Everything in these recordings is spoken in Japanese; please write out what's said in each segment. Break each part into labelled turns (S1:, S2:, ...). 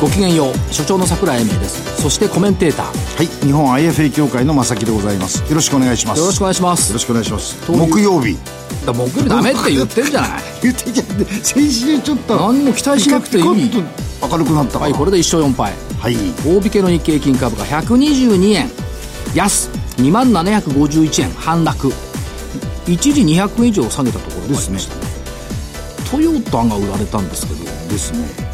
S1: ごきげんよう所長の桜井英明ですそしてコメンテーター
S2: はい、日本 IFA 協会の正木でございます。よろしくお願いします。
S1: よろしくお願いします
S2: よろしくお願いします。
S1: ういう
S2: 木曜日。
S1: だから木曜日ダメって言ってん じゃない
S2: 言ってきて、先週ちょっと。
S1: 何も期待しなくていい
S2: ピカピカっと明るくなったか
S1: は
S2: ら
S1: いこれで1勝4敗
S2: はい。
S1: 大引けの日経金株が122円安2万751円反落一時200円以上下げたところがありましたねトヨタが売られたんですけど
S2: ですね。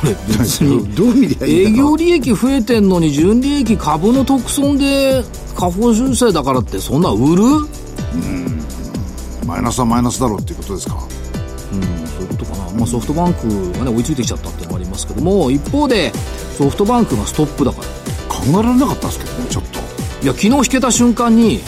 S1: これ別に
S2: どう見りゃいい
S1: 営
S2: んだろ
S1: 業
S2: う。
S1: 利益増えてんのに純利益株の特損で下方修正だからってそんな売る
S2: マイナスはマイナスだろうっていうことですか。
S1: そういうことかな、まあ、ソフトバンクがね追いついてきちゃったっていうのがありますけども一方でソフトバンクがストップだから
S2: 考えられなかったですけどね、ちょっと。
S1: いや昨日引けた瞬間に、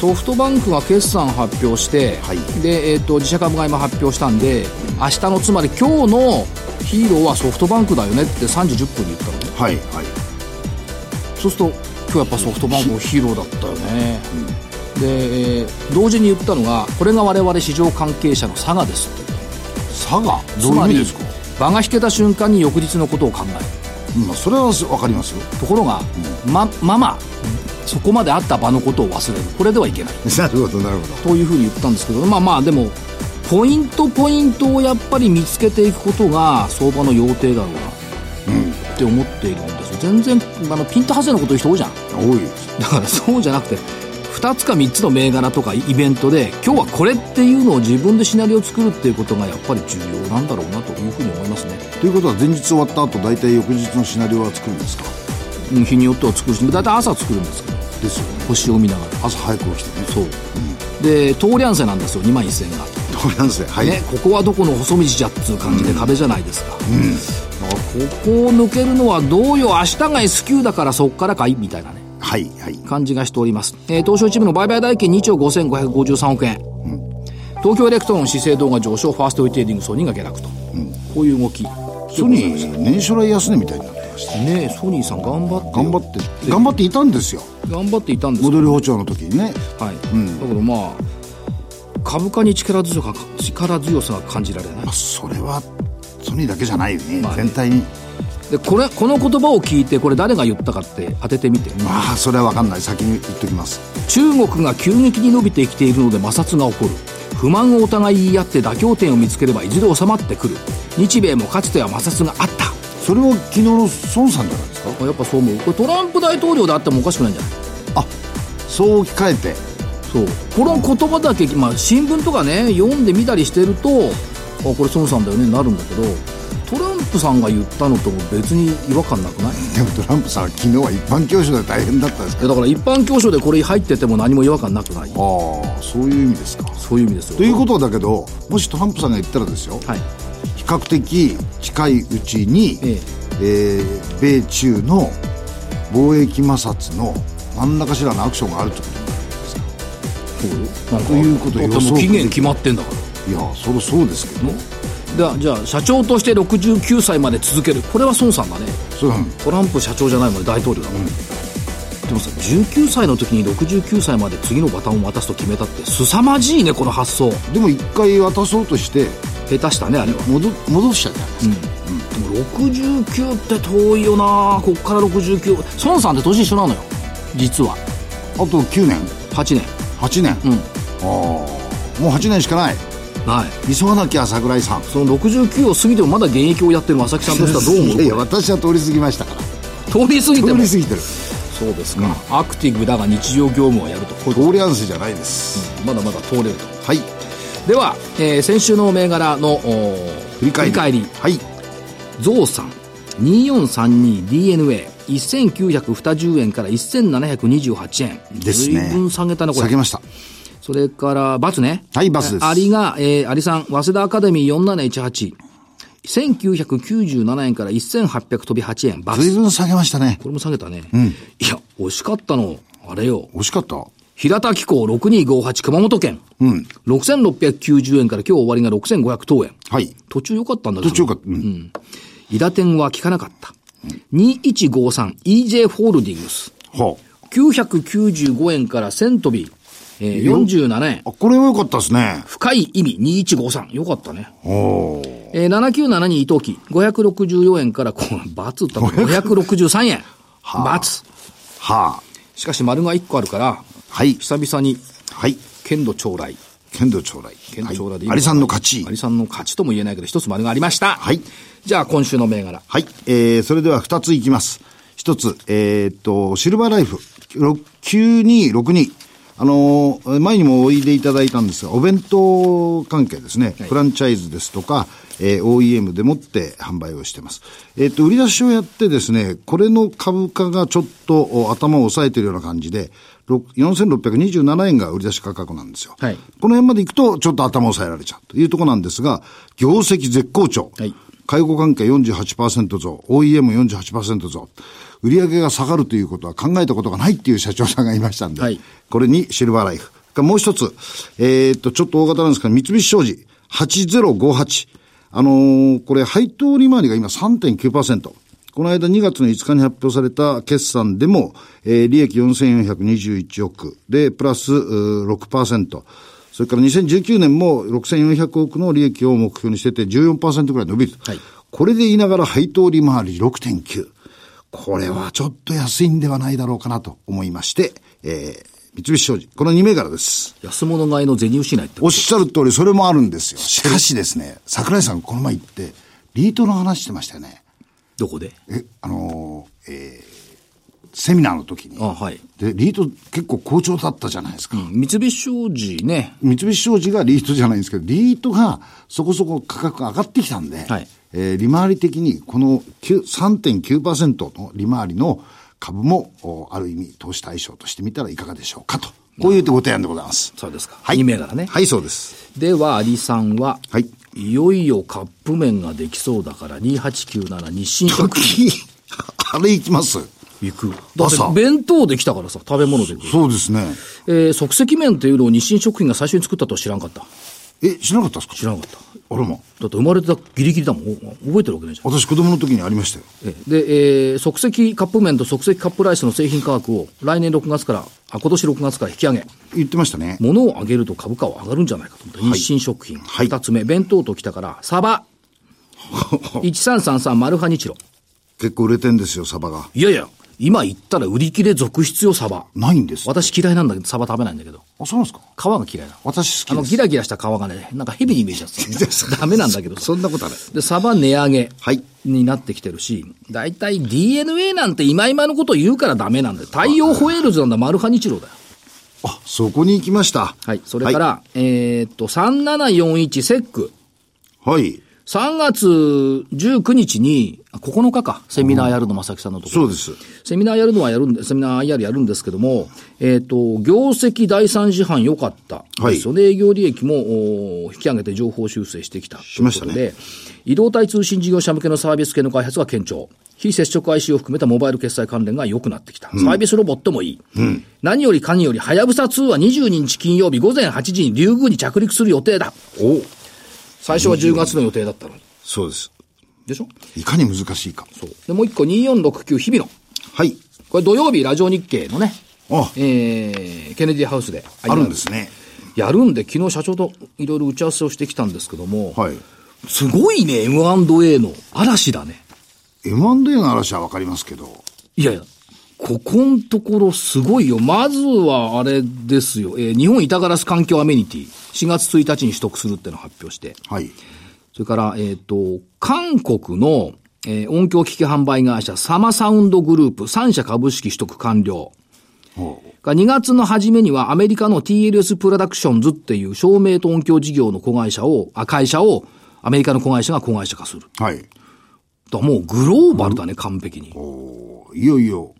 S1: ソフトバンクが決算発表して、
S2: はい
S1: でえー、と自社株買いも発表したんで明日のつまり今日のヒーローはソフトバンクだよねって3時10分に言ったのね
S2: はい、はい。
S1: そうすると今日やっぱソフトバンクのヒーローだったよね、で、えー同時に言ったのがこれが我々市場関係者の差がですって
S2: 佐賀、
S1: つ
S2: どういう
S1: ま
S2: 意味
S1: り
S2: ですか。
S1: 場が引けた瞬間に翌日のことを考える
S2: まあ、それはわかりますよ。
S1: ところが、まままそこまであった場のことを忘れるこれではい けない
S2: なるほど、なるほど。
S1: というふうに言ったんですけどまあまあでもポイントポイントをやっぱり見つけていくことが相場の要諦だろうなって思っているんですよ全然あのピント外れのこと言う人多いじゃん
S2: 多いです。
S1: だからそうじゃなくて2つか3つの銘柄とかイベントで今日はこれっていうのを自分でシナリオを作るっていうことがやっぱり重要なんだろうなというふうに思いますね
S2: ということは、前日終わった後、大体翌日のシナリオは作るんですか。
S1: うん日によっては作るし大体朝作るんですけど
S2: ですよね。
S1: 星を見ながら
S2: 朝早く起きてね。
S1: そう、で通り合わせなんですよ2万1000円が、
S2: どうなんですね。はい。
S1: ね、ここはどこの細道じゃっつう感じで壁じゃないですか、だからここを抜けるのはどうよ明日が S q だからそっからかいみたいなね
S2: はい、はい。
S1: 感じがしております、えー東証一部の売買代金2兆5553億円、東京エレクトロン資生堂が上昇ファーストリテイリングソニーが下落と、こういう動き
S2: ソニー、年初来安値みたいになってました。
S1: ねえソニーさん頑張って
S2: 頑張って、頑張っていたんですよ。
S1: 頑張っていたんですけど
S2: 戻り包丁の時にね。
S1: はいだからまあ株価に力強さが力強さが感じられない
S2: まあ、それは、ソニーだけじゃないよね。
S1: まあね
S2: 全体に。
S1: でこれこの言葉を聞いてこれ誰が言ったかって当ててみて
S2: まあ、それはわかんない。先に言っときます。
S1: 中国が急激に伸びてきているので摩擦が起こる不満をお互い言い合って妥協点を見つければいずれ収まってくる日米もかつては摩擦があった
S2: それは昨日の孫さんじゃないですか。
S1: やっぱそう思うこれトランプ大統領であってもおかしくないんじゃない
S2: あ、そう置き換えて。
S1: そうこの言葉だけ、まあ、新聞とかね読んでみたりしてるとあこれ孫さんだよねになるんだけどトランプさんが言ったのとも別に違和感なくない
S2: でもトランプさんは昨日は一般教師で大変だったんです
S1: い
S2: け
S1: やだから一般教書でこれ入ってても何も違和感なくない
S2: ど。ああ、そういう意味ですか。
S1: そういう意味ですよ
S2: ということだけど、もしトランプさんが言ったらですよ、
S1: はい
S2: 比較的近いうちに、
S1: え
S2: えー米中の貿易摩擦の何らかしらのアクションがあるってことになるんですか
S1: なんか
S2: ということを
S1: だ
S2: 予
S1: って
S2: 想
S1: もう期限決まってんだから
S2: いやそりゃそうですけど、
S1: ではじゃあ社長として69歳まで続けるこれは孫さんがね
S2: そううん
S1: トランプ社長じゃないもんね大統領だもん、でもさ19歳の時に69歳まで次のバトンを渡すと決めたって凄まじいねこの発想
S2: でも一回渡そうとして
S1: 下手したねあれは、
S2: 戻戻しちゃうじゃないですか、
S1: でも69って遠いよなこっから69孫さんって年一緒なのよ実は
S2: あと9年
S1: 8年
S2: 8年、
S1: ん
S2: ああもう8年しかない
S1: はい
S2: 急がなきゃ桜井さん
S1: その69を過ぎてもまだ現役をやってる正木さんとしてはどう思う
S2: いやいや私は通り過ぎましたから
S1: 通り過ぎて
S2: 通
S1: も
S2: り過ぎてる
S1: そうですか、アクティブだが日常業務はやるとこれ
S2: 通り合わせじゃないです、
S1: まだまだ通れると
S2: はい
S1: では、えー先週の銘柄のおー
S2: 振り返りはい
S1: ゾウさん 2432DNA1920 円から1728円
S2: ですね
S1: 随分下げたなこ
S2: 下げ
S1: れ
S2: ました
S1: それからバツね
S2: はいバツです
S1: アリが、えー、アリさん早稲田アカデミー4718 1997円から1800飛び8円バツ
S2: 随分下げましたね
S1: これも下げたね、いや惜しかったのあれよ
S2: 惜しかった
S1: 1平田機構6258熊本県。うん。6690円から今日終わりが6500等円。
S2: はい。
S1: 途中良かったんだけ
S2: 途
S1: ど。
S2: 中か、うん。
S1: 伊田店は効かなかった。2153EJ ホールディングス。
S2: は
S1: 995円から1000飛び、えー、47円
S2: あ。。あ、これは良かったですね。
S1: 深い意味2153。よかったね。
S2: おー。
S1: えー、7972伊藤記564円から、こう、 バツったの563円。バツ。
S2: はあ。
S1: しかし丸が1個あるから、
S2: はい。
S1: 久々に、
S2: はい。
S1: 剣道将来。
S2: 剣道将来。
S1: 剣道将来でいいのか
S2: はい。
S1: な
S2: アリさんの勝ち
S1: ア。リさんの勝ちとも言えないけど、一つ丸がありました。
S2: はい。
S1: じゃあ、今週の銘柄。
S2: はい。えー、それでは二ついきます。一つ、えーっと、シルバーライフ、6 9262。あのー前にもおいでいただいたんですが、お弁当関係ですね。
S1: い
S2: フランチャイズですとか、えー OEM でもって販売をしてます。えーっと、売り出しをやってですね、これの株価がちょっとお頭を押さえてるような感じで、ろく4627円が売り出し価格なんですよ。
S1: はい
S2: この辺まで行くと、ちょっと頭を押さえられちゃうというところなんですが、業績絶好調。
S1: はい
S2: 介護関係48%増、OEM48% 増。売上が下がるということは考えたことがないっていう社長さんがいましたんで、
S1: はい
S2: これにシルバーライフ。がもう一つ、えーっと、ちょっと大型なんですが、三菱商事、8058。あのーこれ、配当利回りが今3.9%。この間2月の5日に発表された決算でも、えー利益4421億で、プラスうー6%。それから2019年も6400億の利益を目標にしてて14%ぐらい伸びる。
S1: はい
S2: これで言いながら配当利回り6.9。これはちょっと安いんではないだろうかなと思いまして、えー、三菱商事。この2銘柄です。
S1: 安物買いの銭失いって
S2: おっしゃる通り、それもあるんですよ。しかしですね、桜井さんこの前行って、リートの話してましたよね。
S1: どこで
S2: え、あのーえーセミナーの時に。
S1: あはい。
S2: で、リート結構好調だったじゃないですか。
S1: うん三菱商事ね。
S2: 三菱商事がリートじゃないんですけど、リートがそこそこ価格が上がってきたんで、
S1: はい
S2: えー利回り的にこの9 3.9%の利回りの株も、おある意味投資対象としてみたらいかがでしょうかと。こういうご提案でございます。
S1: そうですか。
S2: はい
S1: 2銘柄ね。
S2: はい、そうです。
S1: では、アリさんは、
S2: はい。
S1: いよいよカップ麺ができそうだから、2897日清食
S2: 時、あれいきます
S1: 行く。だって
S2: 朝
S1: 弁当できたからさ、食べ物で来る。
S2: そうですね。
S1: えー即席麺というのを日清食品が最初に作ったとは知らんかった。
S2: え、知らなかったですか
S1: 知らんかった。
S2: あらま。
S1: だって生まれてたギリギリだもん。お覚えてるわけないじゃん。
S2: 私子供の時にありましたよ。
S1: ええで、えー即席カップ麺と即席カップライスの製品価格を来年6月から、あ、今年6月から引き上げ、
S2: 言ってましたね。
S1: 物を上げると株価は上がるんじゃないかと思って、日清食品。
S2: はい
S1: 二つ目、弁当ときたから、サ バ。1333マルハニチロ。
S2: 結構売れてんですよ、サバが。
S1: いやいや、今言ったら売り切れ続出よ、サバ。
S2: ないんです。あ、
S1: 私嫌いなんだけど、サバ食べないんだけど。
S2: そうなんですか
S1: 皮が嫌いなの。
S2: 私
S1: あ
S2: 好き
S1: の、
S2: です
S1: ギ。ラギラした皮がね、なんかヘビに見えちゃ ってダメなんだけどさ
S2: そんなことはない。
S1: で、サバ値上げ
S2: はい
S1: になってきてるし、大体 DNA なんて今々のこと言うからダメなんだよ。太陽ホエールズなんだ、マルハニチロだよ。
S2: あ、そこに行きました。
S1: はい。それから、えーっと、3741セック。
S2: はい。はい。
S1: 3月19日に、あ9日か、セミナーやるの、正木さんのところ。
S2: そうです。
S1: セミナーやるのはやるんで、セミナー IR やるんですけども、えっ、と、業績第三四半良かった。
S2: はい
S1: ですよね。営業利益も、おー引き上げて情報修正してきた。し
S2: ましたね
S1: で、移動体通信事業者向けのサービス系の開発が堅調。非接触 IC を含めたモバイル決済関連が良くなってきた。サービスロボットもいい。何より何より、はやぶさ2は22日金曜日午前8時にリュウグウに着陸する予定だ。
S2: お
S1: 最初は10月の予定だったのに。
S2: そうです。
S1: でしょ
S2: いかに難しいか。
S1: そう。で、もう一個、2469日々野。
S2: はい。
S1: これ土曜日、ラジオ日経のね、
S2: あ、
S1: えー、ケネディハウスで。
S2: あるんですね。
S1: やるんで、昨日社長といろいろ打ち合わせをしてきたんですけども、
S2: はい。
S1: すごいね、M&A の嵐だね。
S2: M&A の話はわかりますけど、
S1: いやいや、ここんところすごいよ。まずはあれですよ、えー、日本板ガラス環境アメニティ、4月1日に取得するってのを発表して、
S2: はい。
S1: それから、えっ、と、韓国の、えー音響機器販売会社、サマサウンドグループ、3社株式取得完了。
S2: お
S1: が2月の初めにはアメリカの TLS プロダクションズっていう照明と音響事業の子会社を、あ、会社をアメリカの子会社が子会社化する。
S2: はい。
S1: だからもうグローバルだね、完璧に。
S2: おいよいよ、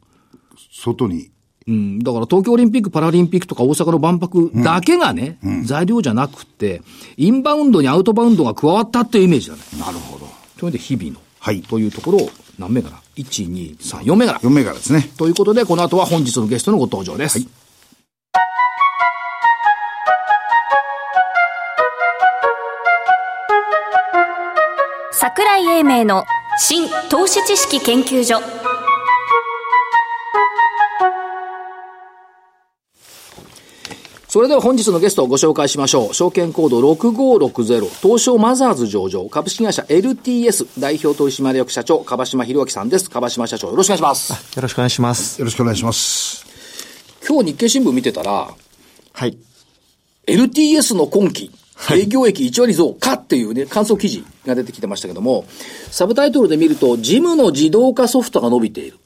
S2: 外に、
S1: うん。だから東京オリンピック、パラリンピックとか大阪の万博だけがね、材料じゃなくて、インバウンドにアウトバウンドが加わったっていうイメージだね。
S2: なるほど。
S1: それで日々の。
S2: はい
S1: というところを何銘柄 ?1、2、3、4銘柄。
S2: 4銘柄ですね。
S1: ということで、この後は本日のゲストのご登場です。
S3: 桜井英明の新投資知識研究所
S1: それでは本日のゲストをご紹介しましょう。証券コード6560、東証マザーズ上場、株式会社 LTS、代表取締役社長、樺島博明さんです。樺島社長、よろしくお願いします。
S4: よろしくお願いします。
S2: よろしくお願いします。
S1: 今日日経新聞見てたら、
S4: はい。
S1: LTS の今期、
S4: い
S1: 営業益1割増かっていうね、感想記事が出てきてましたけども、サブタイトルで見ると、事務の自動化ソフトが伸びている。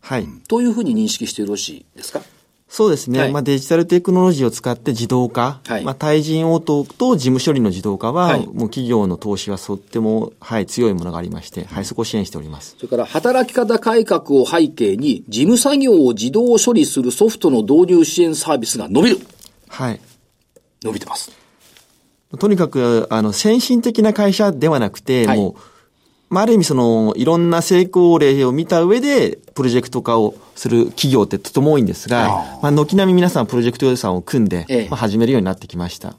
S4: はい。
S1: というふうに認識してよろしいですか
S4: そうですね。
S1: はい
S4: まあ、デジタルテクノロジーを使って自動化。
S1: はい
S4: まあ、対人応答と事務処理の自動化は、
S1: はい
S4: もう企業の投資はとっても、はい、強いものがありまして、はい、そこを支援しております。
S1: それから働き方改革を背景に、事務作業を自動処理するソフトの導入支援サービスが伸びる。
S4: はい。
S1: 伸びてます。
S4: とにかく、あの、先進的な会社ではなくて、
S1: はい
S4: もう、まあ、ある意味その、いろんな成功例を見た上で、プロジェクト化をする企業ってとても多いんですが、まあ、軒並み皆さんプロジェクト予算を組んで、
S1: ええ
S4: まあ、始めるようになってきました。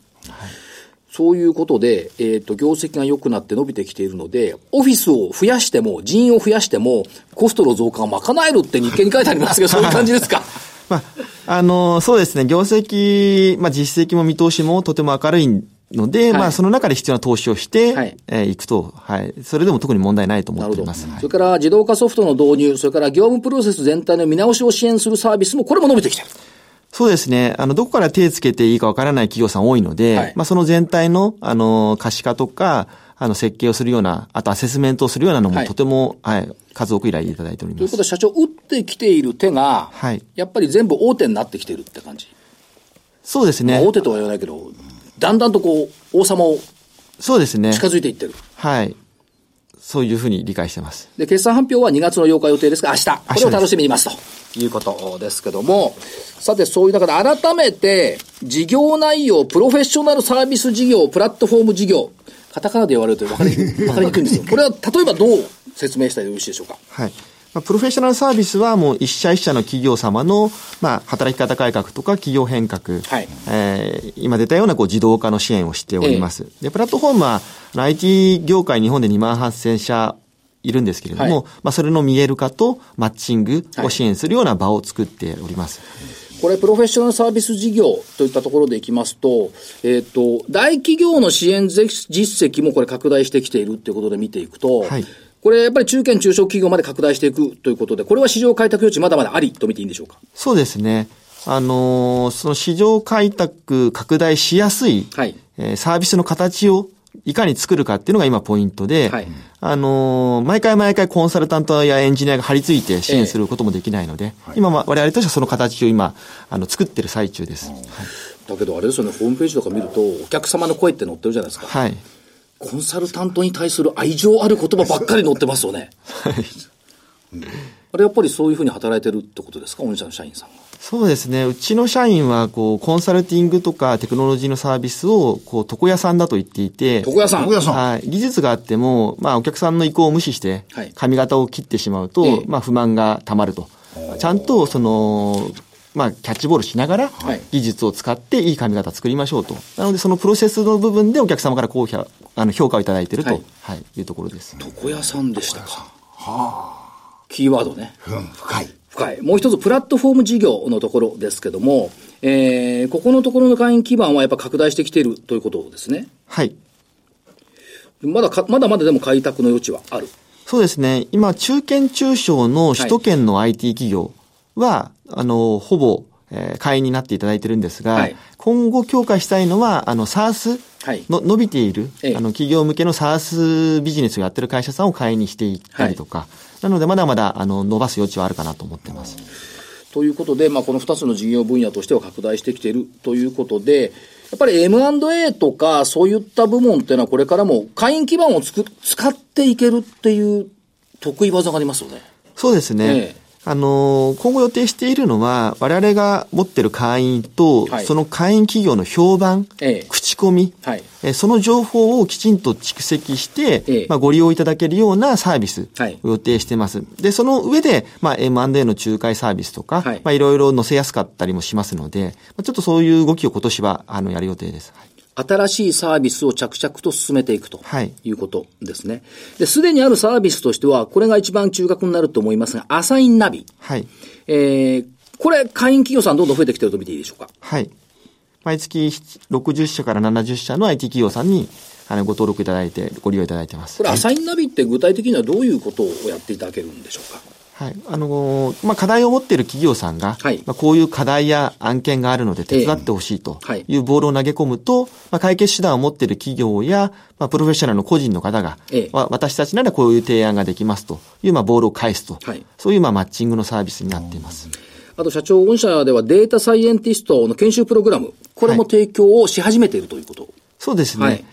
S1: そういうことで、えっ、と、業績が良くなって伸びてきているので、オフィスを増やしても、人員を増やしても、コストの増加を賄えるって日経に書いてあり ますけど、そういう感じですか。
S4: まあ、あの、そうですね、業績、まあ、実績も見通しもとても明るいので、
S1: はい
S4: まあ、その中で必要な投資をして、
S1: はい
S4: い、えーいくと、はい。それでも特に問題ないと思
S1: な
S4: っ
S1: る
S4: て
S1: ほ
S4: い
S1: ど。
S4: ます。はい
S1: それから自動化ソフトの導入、それから業務プロセス全体の見直しを支援するサービスも、これも伸びてきてる。
S4: そうですね。あの、どこから手をつけていいかわからない企業さん多いので、
S1: はい
S4: まあ、その全体の、あの、可視化とか、あの、設計をするような、あとアセスメントをするようなのも、
S1: はい
S4: とても、はい、数多く依頼いただいており
S1: とい
S4: ま
S1: うこと。
S4: す
S1: は社長、打ってきている手が、
S4: はい
S1: やっぱり全部大手になってきてるって感じ。
S4: そうです
S1: まあ
S4: ね
S1: 大。手とは言わないけど、だんだんとこう、王様を
S4: そうですね。
S1: 近づいていってる。
S4: はい。そういうふうに理解してます。
S1: で、決算発表は2月の8日予定ですが、明日。これを
S4: 明日です
S1: 楽しみにますということですけども、さて、そういう中で改めて、事業内容、プロフェッショナルサービス事業、プラットフォーム事業、カタカナで言われると分かり 分かりにくいんですよ。これは、例えばどう説明したらよろしいでしょうか。
S4: はい。まあ、プロフェッショナルサービスはもう一社一社の企業様の、まあ、働き方改革とか企業変革、
S1: はい
S4: えー今出たようなこう自動化の支援をしております。で、プラットフォームはあの IT 業界日本で2万8000社いるんですけれども、まあ、それの見える化とマッチングを支援するような場を作っております。
S1: これ、プロフェッショナルサービス事業といったところでいきますと、えっ、と、大企業の支援ぜ実績もこれ拡大してきているということで見ていくと、
S4: はい
S1: これやっぱり中堅中小企業まで拡大していくということで、これは市場開拓余地まだまだありと見ていいんでしょうか。
S4: そうですね。あのーその市場開拓拡大しやすい、
S1: はい
S4: えーサービスの形をいかに作るかっていうのが今ポイントで、
S1: はい
S4: あのー毎回毎回コンサルタントやエンジニアが張り付いて支援することもできないので、今は我々としてはその形を今、あの、作ってる最中です。
S1: だけどあれですよね、ホームページとか見ると、お客様の声って載ってるじゃないですか。
S4: はい。
S1: コンサルタントに対する愛情ある言葉ばっかり載ってますよね。あれやっぱりそういうふうに働いてるってことですか、御社の社員さんが。
S4: そうですね。うちの社員は、こう、コンサルティングとかテクノロジーのサービスを、こう、床屋さんだと言っていて、
S1: 床屋さん。
S2: 徳屋さん。
S4: はい。技術があっても、まあ、お客さんの意向を無視して
S1: はい、
S4: 髪型を切ってしまう
S1: え
S4: と
S1: え、
S4: まあ、不満が溜まると。ちゃんと、その、まあ、キャッチボールしながら
S1: はい、
S4: 技術を使っていい髪型作りましょうと。なので、そのプロセスの部分でお客様から高評あの評価をいただいている
S1: はい
S4: と、はい、いうところです。
S1: 床屋さんでしたか。キーワードね。
S2: うん、深い。
S1: 深い。もう一つ、プラットフォーム事業のところですけども、えー、ここのところの会員基盤はやっぱ拡大してきているということですね。
S4: はい。
S1: まだか、まだまだでも開拓の余地はある。
S4: そうですね。今、中堅中小の首都圏の IT 企業は、あの、ほぼ、えー会員になっていただいてるんですが、
S1: はい
S4: 今後強化したいのは、あの、サース
S1: はい
S4: の、伸びている、
S1: ええ
S4: あの、企業向けのサースビジネスをやってる会社さんを会員にしていったりとか、なので、まだまだ、あの、伸ばす余地はあるかなと思ってます。
S1: ということで、まあ、この2つの事業分野としては拡大してきているということで、やっぱり M&A とか、そういった部門っていうのは、これからも会員基盤をつく使っていけるっていう得意技がありますよね。
S4: そうですね。
S1: ええ
S4: あのー今後予定しているのは、我々が持ってる会員と、
S1: はい
S4: その会員企業の評判、
S1: ええ
S4: 口コミ、
S1: はい
S4: えーその情報をきちんと蓄積して、
S1: ええ
S4: まあ、ご利用いただけるようなサービス
S1: はい
S4: を予定してます。で、その上で、まあ、M&A の仲介サービスとか、
S1: はい
S4: い、まあ、いろいろ載せやすかったりもしますので、まあ、ちょっとそういう動きを今年は、あの、やる予定です。はい
S1: 新しいサービスを着々と進めていくと
S4: はい
S1: いうことですね。で、すでにあるサービスとしては、これが一番中核になると思いますが、アサインナビ。
S4: はい。
S1: えー、これ、会員企業さんどんどん増えてきてると見ていいでしょうか。
S4: はい。毎月60社から70社の IT 企業さんに、あの、ご登録いただいて、ご利用いただいてます。
S1: これ、アサインナビって具体的にはどういうことをやっていただけるんでしょうか。
S4: はい。あのーまあ、課題を持っている企業さんが、
S1: はい
S4: まあ、こういう課題や案件があるので手伝ってほしいと
S1: ええはい
S4: いうボールを投げ込むと、まあ、解決手段を持っている企業や、まあ、プロフェッショナルの個人の方が、
S1: ええ
S4: わ私たちならこういう提案ができますという、まあ、ボールを返すと、
S1: はい
S4: そういう、まあ、マッチングのサービスになっています。
S1: あと、社長、御社ではデータサイエンティストの研修プログラム、これも提供をし始めているということ。
S4: そうですね。
S1: はい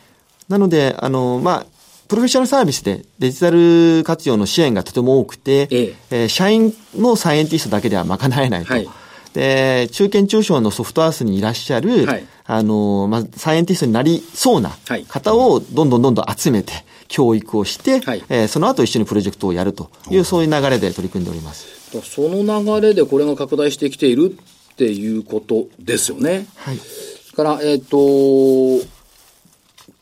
S4: なので、あの、まあ、プロフェッショナルサービスでデジタル活用の支援がとても多くて、
S1: ええ
S4: ー社員のサイエンティストだけでは賄えないと。
S1: はい
S4: で、中堅中小のソフトハウスにいらっしゃる、
S1: はい
S4: あの、まあ、サイエンティストになりそうな
S1: はい
S4: 方をどんどんどんどん集めて、教育をして、
S1: はい
S4: えーその後一緒にプロジェクトをやるという、そういう流れで取り組んでおります。
S1: その流れでこれが拡大してきているっていうことですよね。
S4: はい。
S1: から、えっ、と、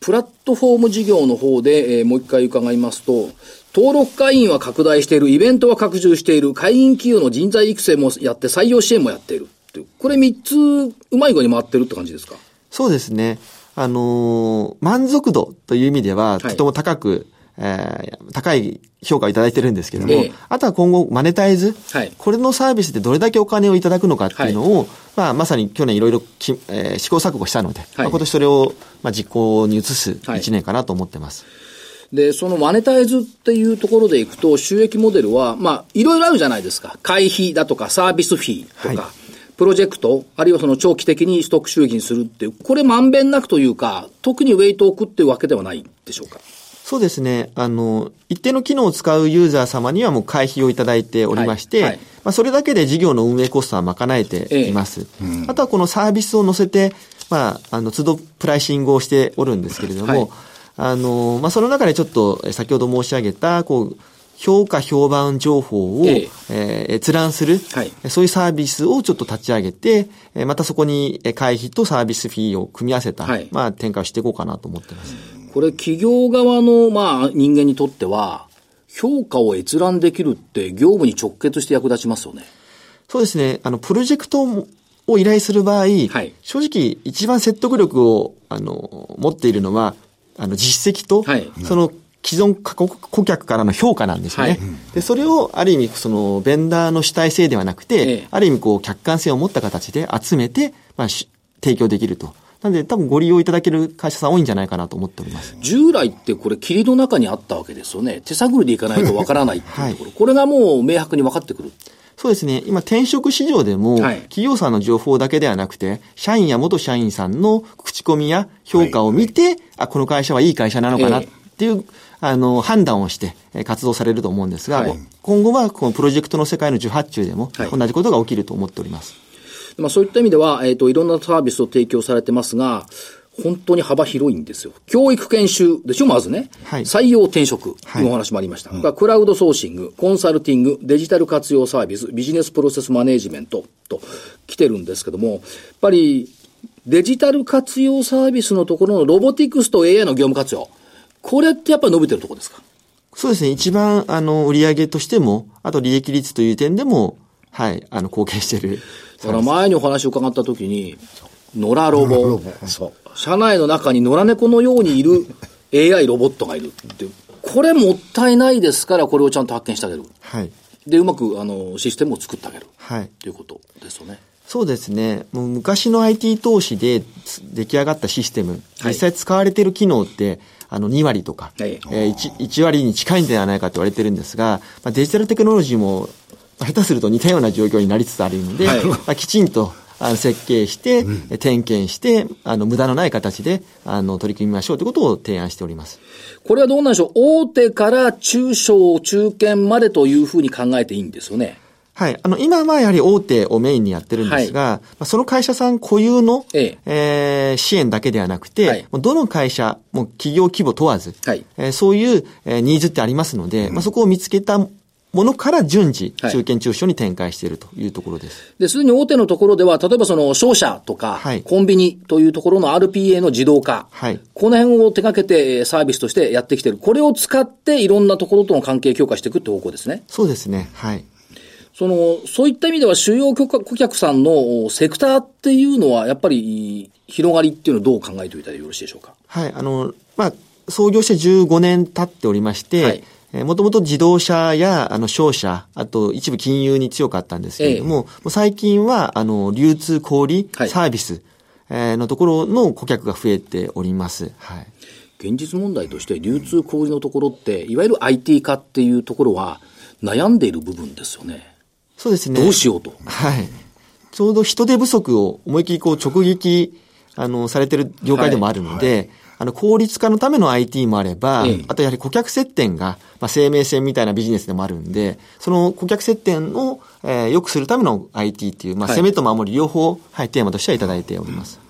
S1: プラットフォーム事業の方で、えーもう一回伺いますと、登録会員は拡大している、イベントは拡充している、会員企業の人材育成もやって、採用支援もやっているっていう。これ三つ、うまい具合に回ってるって感じですか
S4: そうですね。あのー満足度という意味で
S1: はい
S4: は、とても高く、えー高い評価をいただいてるんですけども、
S1: ええ
S4: あとは今後、マネタイズ、
S1: はい
S4: これのサービスでどれだけお金をいただくのかっていうのを、まあ、まさに去年いろいろき、えー試行錯誤したので、まあ今年それを、まあ、実行に移す
S1: はい
S4: 1年かなと思ってます。
S1: で、そのマネタイズっていうところでいくと、収益モデルは、まあ、いろいろあるじゃないですか。会費だとか、サービスフィーとか、
S4: は
S1: プロジェクト、あるいはその長期的にストック収益にするっていう、これまんべんなくというか、特にウェイトを置くっていうわけではないでしょうか。
S4: そうですね。あの、一定の機能を使うユーザー様にはもう会費をいただいておりまして、
S1: はいはい
S4: まあ、それだけで事業の運営コストは賄えています。あとはこのサービスを乗せて、まあ、あの、都度プライシングをしておるんですけれども、
S1: はい
S4: あの、まあ、その中でちょっと、え先ほど申し上げた、こう、評価評判情報を、
S1: ええ
S4: えー閲覧する、
S1: はい
S4: そういうサービスをちょっと立ち上げて、えーまたそこにえー会費とサービスフィーを組み合わせた、
S1: はい
S4: まあ、展開をしていこうかなと思ってます。
S1: これ、企業側の、まあ、人間にとっては、評価を閲覧できるって、業務に直結して役立ちますよね。
S4: そうですね。あの、プロジェクトを依頼する場合、
S1: い
S4: 正直、一番説得力を、あの、持っているのは、あの、実績と、
S1: はい
S4: その、既存顧客顧客からの評価なんですね。
S1: はい
S4: で、それを、ある意味、その、ベンダーの主体性ではなくて、
S1: ええ
S4: ある意味、こう、客観性を持った形で集めて、まあ、し提供できると。なので、多分ご利用いただける会社さん多いんじゃないかなと思っております。
S1: 従来ってこれ、霧の中にあったわけですよね。手探りでいかないとわからないっていうところ。
S4: は
S1: これがもう明白に分かってくる。
S4: そうですね。今、転職市場でも、
S1: はい
S4: 企業さんの情報だけではなくて、社員や元社員さんの口コミや評価を見て、あ、この会社はいい会社なのかな
S1: ええ
S4: っていう、あの、判断をしてえー活動されると思うんですが、
S1: はい
S4: 今後はこのプロジェクトの世界の受発注でも、
S1: はい
S4: 同じことが起きると思っております。
S1: まあ、そういった意味では、えっ、と、いろんなサービスを提供されてますが、本当に幅広いんですよ。教育研修でしょ、まずね。
S4: はい
S1: 採用転職
S4: はい
S1: のお話もありました。がクラウドソーシング、コンサルティング、デジタル活用サービス、ビジネスプロセスマネジメントと来てるんですけども、やっぱりデジタル活用サービスのところのロボティクスと AI の業務活用。これってやっぱり伸びてるところですか
S4: そうですね。一番、あの、売上としても、あと利益率という点でも、はい、あの、貢献している。
S1: だから前にお話を伺った時に、野良ロボ。そう。社内の中に野良猫のようにいる AI ロボットがいるっていう。これもったいないですから、これをちゃんと発見してあげる。
S4: はい。
S1: で、うまく、あの、システムを作ってあげる。
S4: はい。
S1: ということですよね。
S4: そうですね。もう昔の IT 投資でつ出来上がったシステム、
S1: はい
S4: 実際使われている機能って、あの、2割とか、
S1: はい
S4: えー 1, 1割に近いんではないかと言われてるんですが、まあ、デジタルテクノロジーも、まあ下手すると似たような状況になりつつあるので、
S1: はい
S4: まあ、きちんと、あの、設計して、え点検して、あの、無駄のない形で、あの、取り組みましょうということを提案しております。
S1: これはどうなんでしょう大手から中小、中堅までというふうに考えていいんですよね。
S4: はい。あの、今はやはり大手をメインにやってるんですが、まあ、その会社さん固有の、
S1: ええ
S4: えー支援だけではなくて、
S1: はい
S4: もうどの会社、もう企業規模問わず、
S1: はい
S4: えーそういう、えーニーズってありますので、まあ、そこを見つけたものから順次、中堅中小に展開しているというところです。
S1: で、すでに大手のところでは、例えばその商社とか、はい、コンビニというところの RPA の自動化、はい、この辺を手掛けてサービスとしてやってきている。これを使っていろんなところとの関係強化していくって方向ですね。
S4: そうですね。はい。
S1: その、そういった意味では主要顧客さんのセクターっていうのは、やっぱり広がりっていうのをどう考えておいたらよろしいでしょうか。
S4: はい。あの、まあ、創業して15年経っておりまして、はいもともと自動車や、あの、商社、あと一部金融に強かったんですけれども、ええ、最近は、あの、流通、小売、はい、サービス、えー、のところの顧客が増えております。はい。
S1: 現実問題として、流通、小売のところって、いわゆる IT 化っていうところは、悩んでいる部分ですよね。
S4: そうですね。
S1: どうしようと。
S4: はい。ちょうど人手不足を思いっきりこう直撃、あの、されてる業界でもあるので、はいはいあの、効率化のための IT もあれば、ええ、あとやはり顧客接点が、まあ、生命線みたいなビジネスでもあるんで、その顧客接点を、えー、良くするための IT っていう、まあ、はい、攻めと守り両方、はい、テーマとしてはいただいております。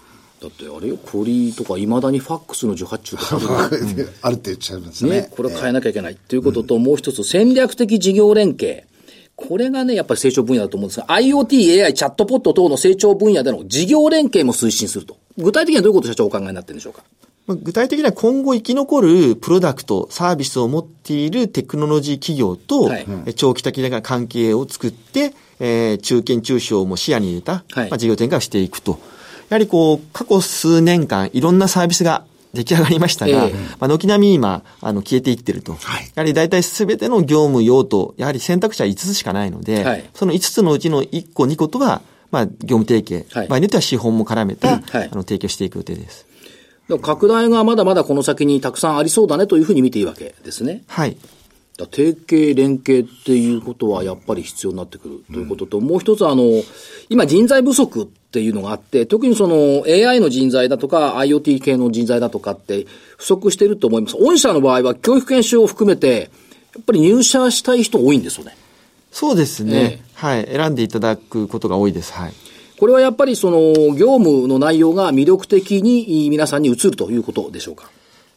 S1: うん、だってあれよ、小売とか、いまだにファックスの受発注とか
S2: あるって言っちゃいますね。ね
S1: これは変えなきゃいけない。と、えいうことと、うん、もう一つ、戦略的事業連携。これがね、やっぱり成長分野だと思うんですが、IoT、AI、チャットポット等の成長分野での事業連携も推進すると。具体的にはどういうことを社長お考えになってるんでしょうか
S4: 具体的には今後生き残るプロダクト、サービスを持っているテクノロジー企業と、長期的な関係を作って、えー、中堅中小も視野に入れた、まあ、事業展開をしていくと。やはりこう、過去数年間、いろんなサービスが出来上がりましたが、えー、まあ、軒並み今、あの、消えていってると。はい、やはり大体すべての業務用途、やはり選択肢は5つしかないので、はい、その5つのうちの1個、2個とは、まあ、業務提携、はい、場合によっては資本も絡めた、はい、あの、提供していく予定です。
S1: 拡大がまだまだこの先にたくさんありそうだねというふうに見ていいわけですね。
S4: はい。
S1: 提携、連携っていうことはやっぱり必要になってくるということと、うん、もう一つあの、今人材不足っていうのがあって、特にその AI の人材だとか IoT 系の人材だとかって不足してると思います。御社の場合は教育研修を含めて、やっぱり入社したい人多いんですよね。
S4: そうですね。えー、はい。選んでいただくことが多いです。はい。
S1: これはやっぱりその業務の内容が魅力的に皆さんに移るということでしょうか。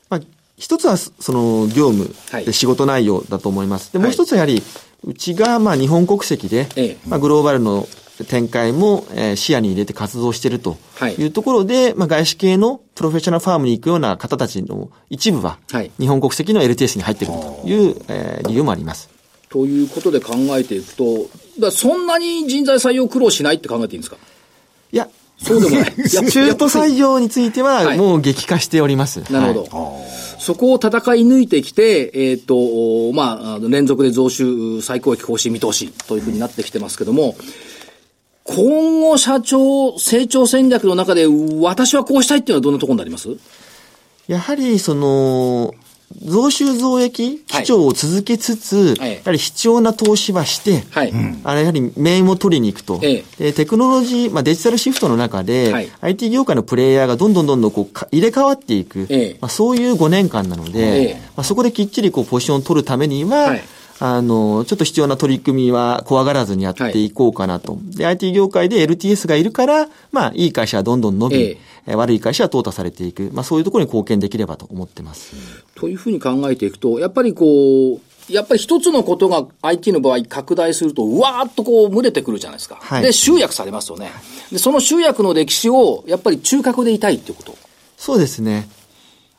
S4: まあ、一つはその業務、仕事内容だと思います。で、もう一つはやはり、うちがまあ日本国籍で、ええ、まあ、グローバルの展開も視野に入れて活動しているというところで、はい、まあ、外資系のプロフェッショナルファームに行くような方たちの一部は、日本国籍の LTS に入ってくるという理由もあります。
S1: ということで考えていくと、だそんなに人材採用苦労しないって考えていいんですか
S4: いや、
S1: そうで もない。、
S4: 中途採用については、もう激化しております。はい
S1: なるほど。はい、そこを戦い抜いてきて、えっ、ー、と、まあ、連続で増収最高益更新見通しというふうになってきてますけども、今後社長成長戦略の中で、私はこうしたいっていうのはどんなところになります
S4: やはり、その、増収増益基調を続けつつ、はい、やはり必要な投資はして、はい、あれやはり面を取りに行くと、ええ、でテクノロジー、まあ、デジタルシフトの中で、はい、IT 業界のプレイヤーがどんどんどんどんこう入れ替わっていく、え、まあ、そういう5年間なので、まあ、そこできっちりこうポジションを取るためには、あの、ちょっと必要な取り組みは怖がらずにやっていこうかなと。はい、で、IT 業界で LTS がいるから、まあ、いい会社はどんどん伸び、ええ、悪い会社は淘汰されていく。まあ、そういうところに貢献できればと思ってます。
S1: というふうに考えていくと、やっぱりこう、やっぱり一つのことが IT の場合拡大すると、うわーっとこう、群れてくるじゃないですか。はい、で、集約されますよね。で、その集約の歴史を、やっぱり中核でいたいってこと
S4: そうですね。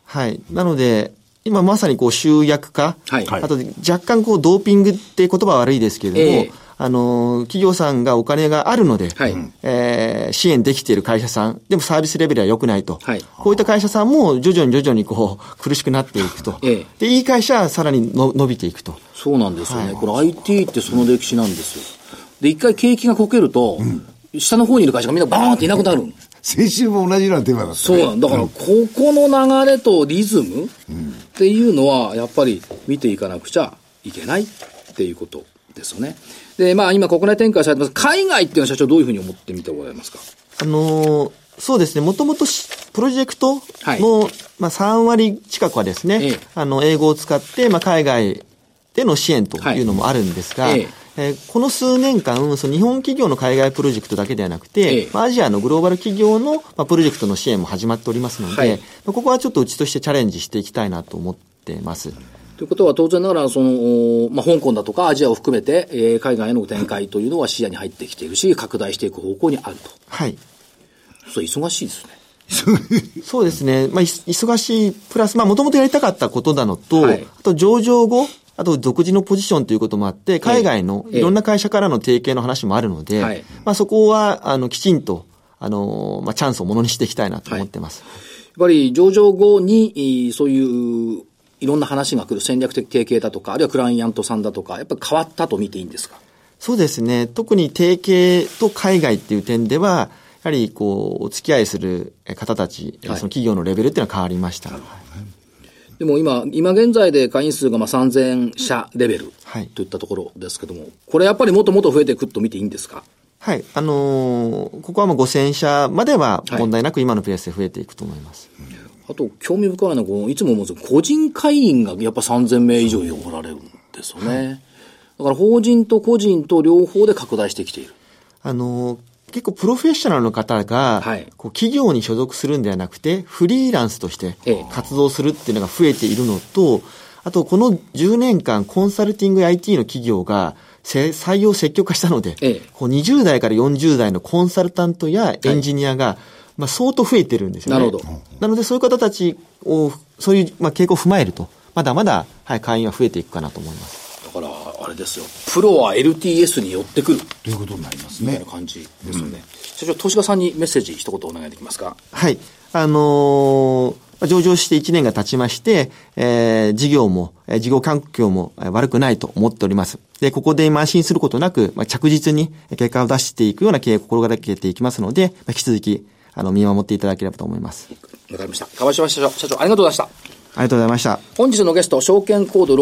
S4: はい。なので、今まさにこう集約化、はい、あと若干こうドーピングって言葉は悪いですけれども、えー、あの、企業さんがお金があるので、はい、えー、支援できている会社さん、でもサービスレベルは良くないと、はい、こういった会社さんも徐々に徐々にこう苦しくなっていくと、えー、でいい会社はさらにの伸びていくと。
S1: そうなんですよね、はい、これ IT ってその歴史なんですよ。で、一回景気がこけると、うん、下の方にいる会社がみんなバーンっていなくなる。
S2: 先週も同じようなテーマだった、ね、
S1: そうなんだから、ここの流れとリズムっていうのは、やっぱり見ていかなくちゃいけないっていうことですよね。で、まあ今国内展開されてます。海外っていうのは社長どういうふうに思ってみておられますか
S4: あのー、そうですね。もともとプロジェクトの、はい、まあ3割近くはですね、ええ、あの、英語を使って、まあ海外での支援というのもあるんですが、はいええー、この数年間、その日本企業の海外プロジェクトだけではなくて、ええ、アジアのグローバル企業の、まあ、プロジェクトの支援も始まっておりますので、はい、ここはちょっとうちとしてチャレンジしていきたいなと思ってます。
S1: ということは当然ながら、その、まあ、香港だとかアジアを含めて、えー海外への展開というのは視野に入ってきているし、拡大していく方向にあると。
S4: はい。
S1: そう、忙しいですね。
S4: そうですね。まあ、い忙しい、プラス、まあ、もともとやりたかったことなのと、
S1: はい
S4: あと上場後、あと独自のポジションということもあって、海外の
S1: ええ
S4: いろんな会社からの提携の話もあるので、
S1: はい
S4: まあ、そこは、あの、きちんと、あの、まあ、チャンスをものにしていきたいなと思ってます。
S1: やっぱり上場後に、えーそういう、いろんな話が来る戦略的提携だとか、あるいはクライアントさんだとか、やっぱり変わったと見ていいんですか
S4: そうですね。特に提携と海外っていう点では、やはり、こう、お付き合いする方たち、
S1: はい
S4: その企業のレベルっていうのは変わりました。
S1: でも今、今現在で会員数がまあ3000社レベル
S4: はい
S1: といったところですけども、これやっぱりもっともっと増えていくと見ていいんですか
S4: はい。あのーここはもう5000社までは
S1: はい
S4: 問題なく今のペースで増えていくと思います。
S1: あと、興味深いのはこう、いつも思うんですけど個人会員がやっぱ3000名以上おられるんですよね。だから法人と個人と両方で拡大してきている。
S4: あのー結構プロフェッショナルの方が、
S1: はい
S4: こう企業に所属するんではなくて、フリーランスとして
S1: ええ
S4: 活動するっていうのが増えているのと、あとこの10年間コンサルティングや IT の企業がせ採用を積極化したので、
S1: ええ
S4: こう20代から40代のコンサルタントやエンジニアが、まあ相当増えてるんですよね。
S1: なるほど
S4: なのでそういう方たちを、そういう、まあ、傾向を踏まえると、まだまだ、はい、会員は増えていくかなと思います。
S1: だから、あれですよ。プロは LTS に寄ってくる。
S2: ということになります
S1: みたい
S2: ね
S1: な。感じですよね。社長、投資家さんにメッセージ一言お願いできますか
S4: はい。あのーまあ上場して1年が経ちまして、えー事業も、えー事業環境もえー悪くないと思っております。で、ここで慢心することなく、まあ、着実にえー結果を出していくような経営を心がけていきますので、まあ引き続き、あの、見守っていただければと思います。
S1: わかりました。川島社長、社長ありがとうございました。
S4: ありがとうございました。
S1: 本日のゲスト、証券コード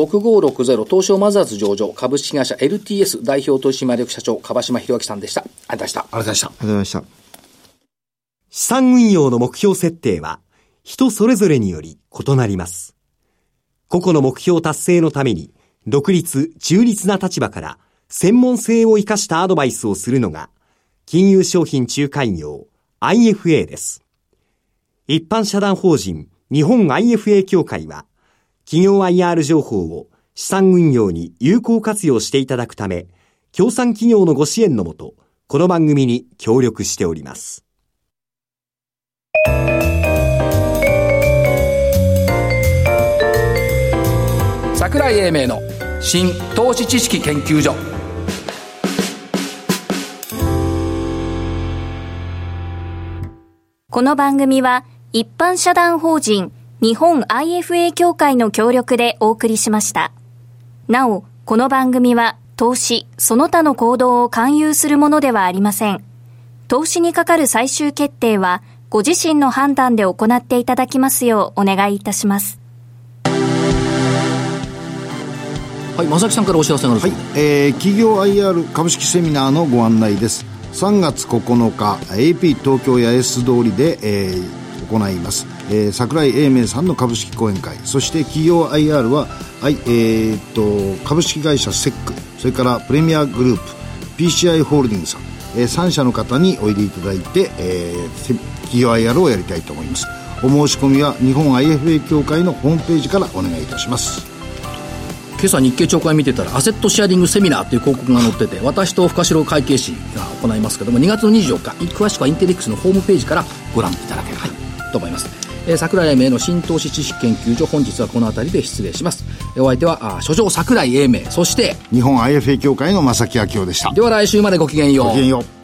S1: 6560東証マザーズ上場株式会社 LTS 代表取締役社長、川島博明さんでした。ありがとうございました。
S2: ありがとうございました。
S4: ありがとうございました。
S5: 資産運用の目標設定は人それぞれにより異なります。個々の目標達成のために独立、中立な立場から専門性を生かしたアドバイスをするのが金融商品仲介業 IFA です。一般社団法人日本 IFA 協会は企業 IR 情報を資産運用に有効活用していただくため、協賛企業のご支援のもと、この番組に協力しております。
S1: 桜井英明の新投資知識研究所
S3: この番組は一般社団法人日本 IFA 協会の協力でお送りしました。なお、この番組は投資、その他の行動を勧誘するものではありません。投資にかかる最終決定はご自身の判断で行っていただきますようお願いいたします。
S1: はい正木さんからお知らせがある
S2: はい、えー企業 IR 株式セミナーのご案内です3月9日 AP 東京八重洲通りで、えー行います、えー桜井英明さんの株式講演会そして企業 IR は、はいえーっと株式会社セックそれからプレミアグループ PCI ホールディングスさん、え3社の方においでいただいて、えーせ企業 IR をやりたいと思いますお申し込みは日本 IFA 協会のホームページからお願いいたします
S1: 今朝日経長官見てたらアセットシェアリングセミナーという広告が載ってて私と深城会計士が行いますけども2月の24日詳しくはインテリックスのホームページからご覧いただければと思います、えー桜井英明の新投資知識研究所本日はこの辺りで失礼しますえーお相手はあー所長桜井英明そして
S2: 日本 IFA 協会の正木明夫でした
S1: では来週までごきげんよう
S2: ごきげんよう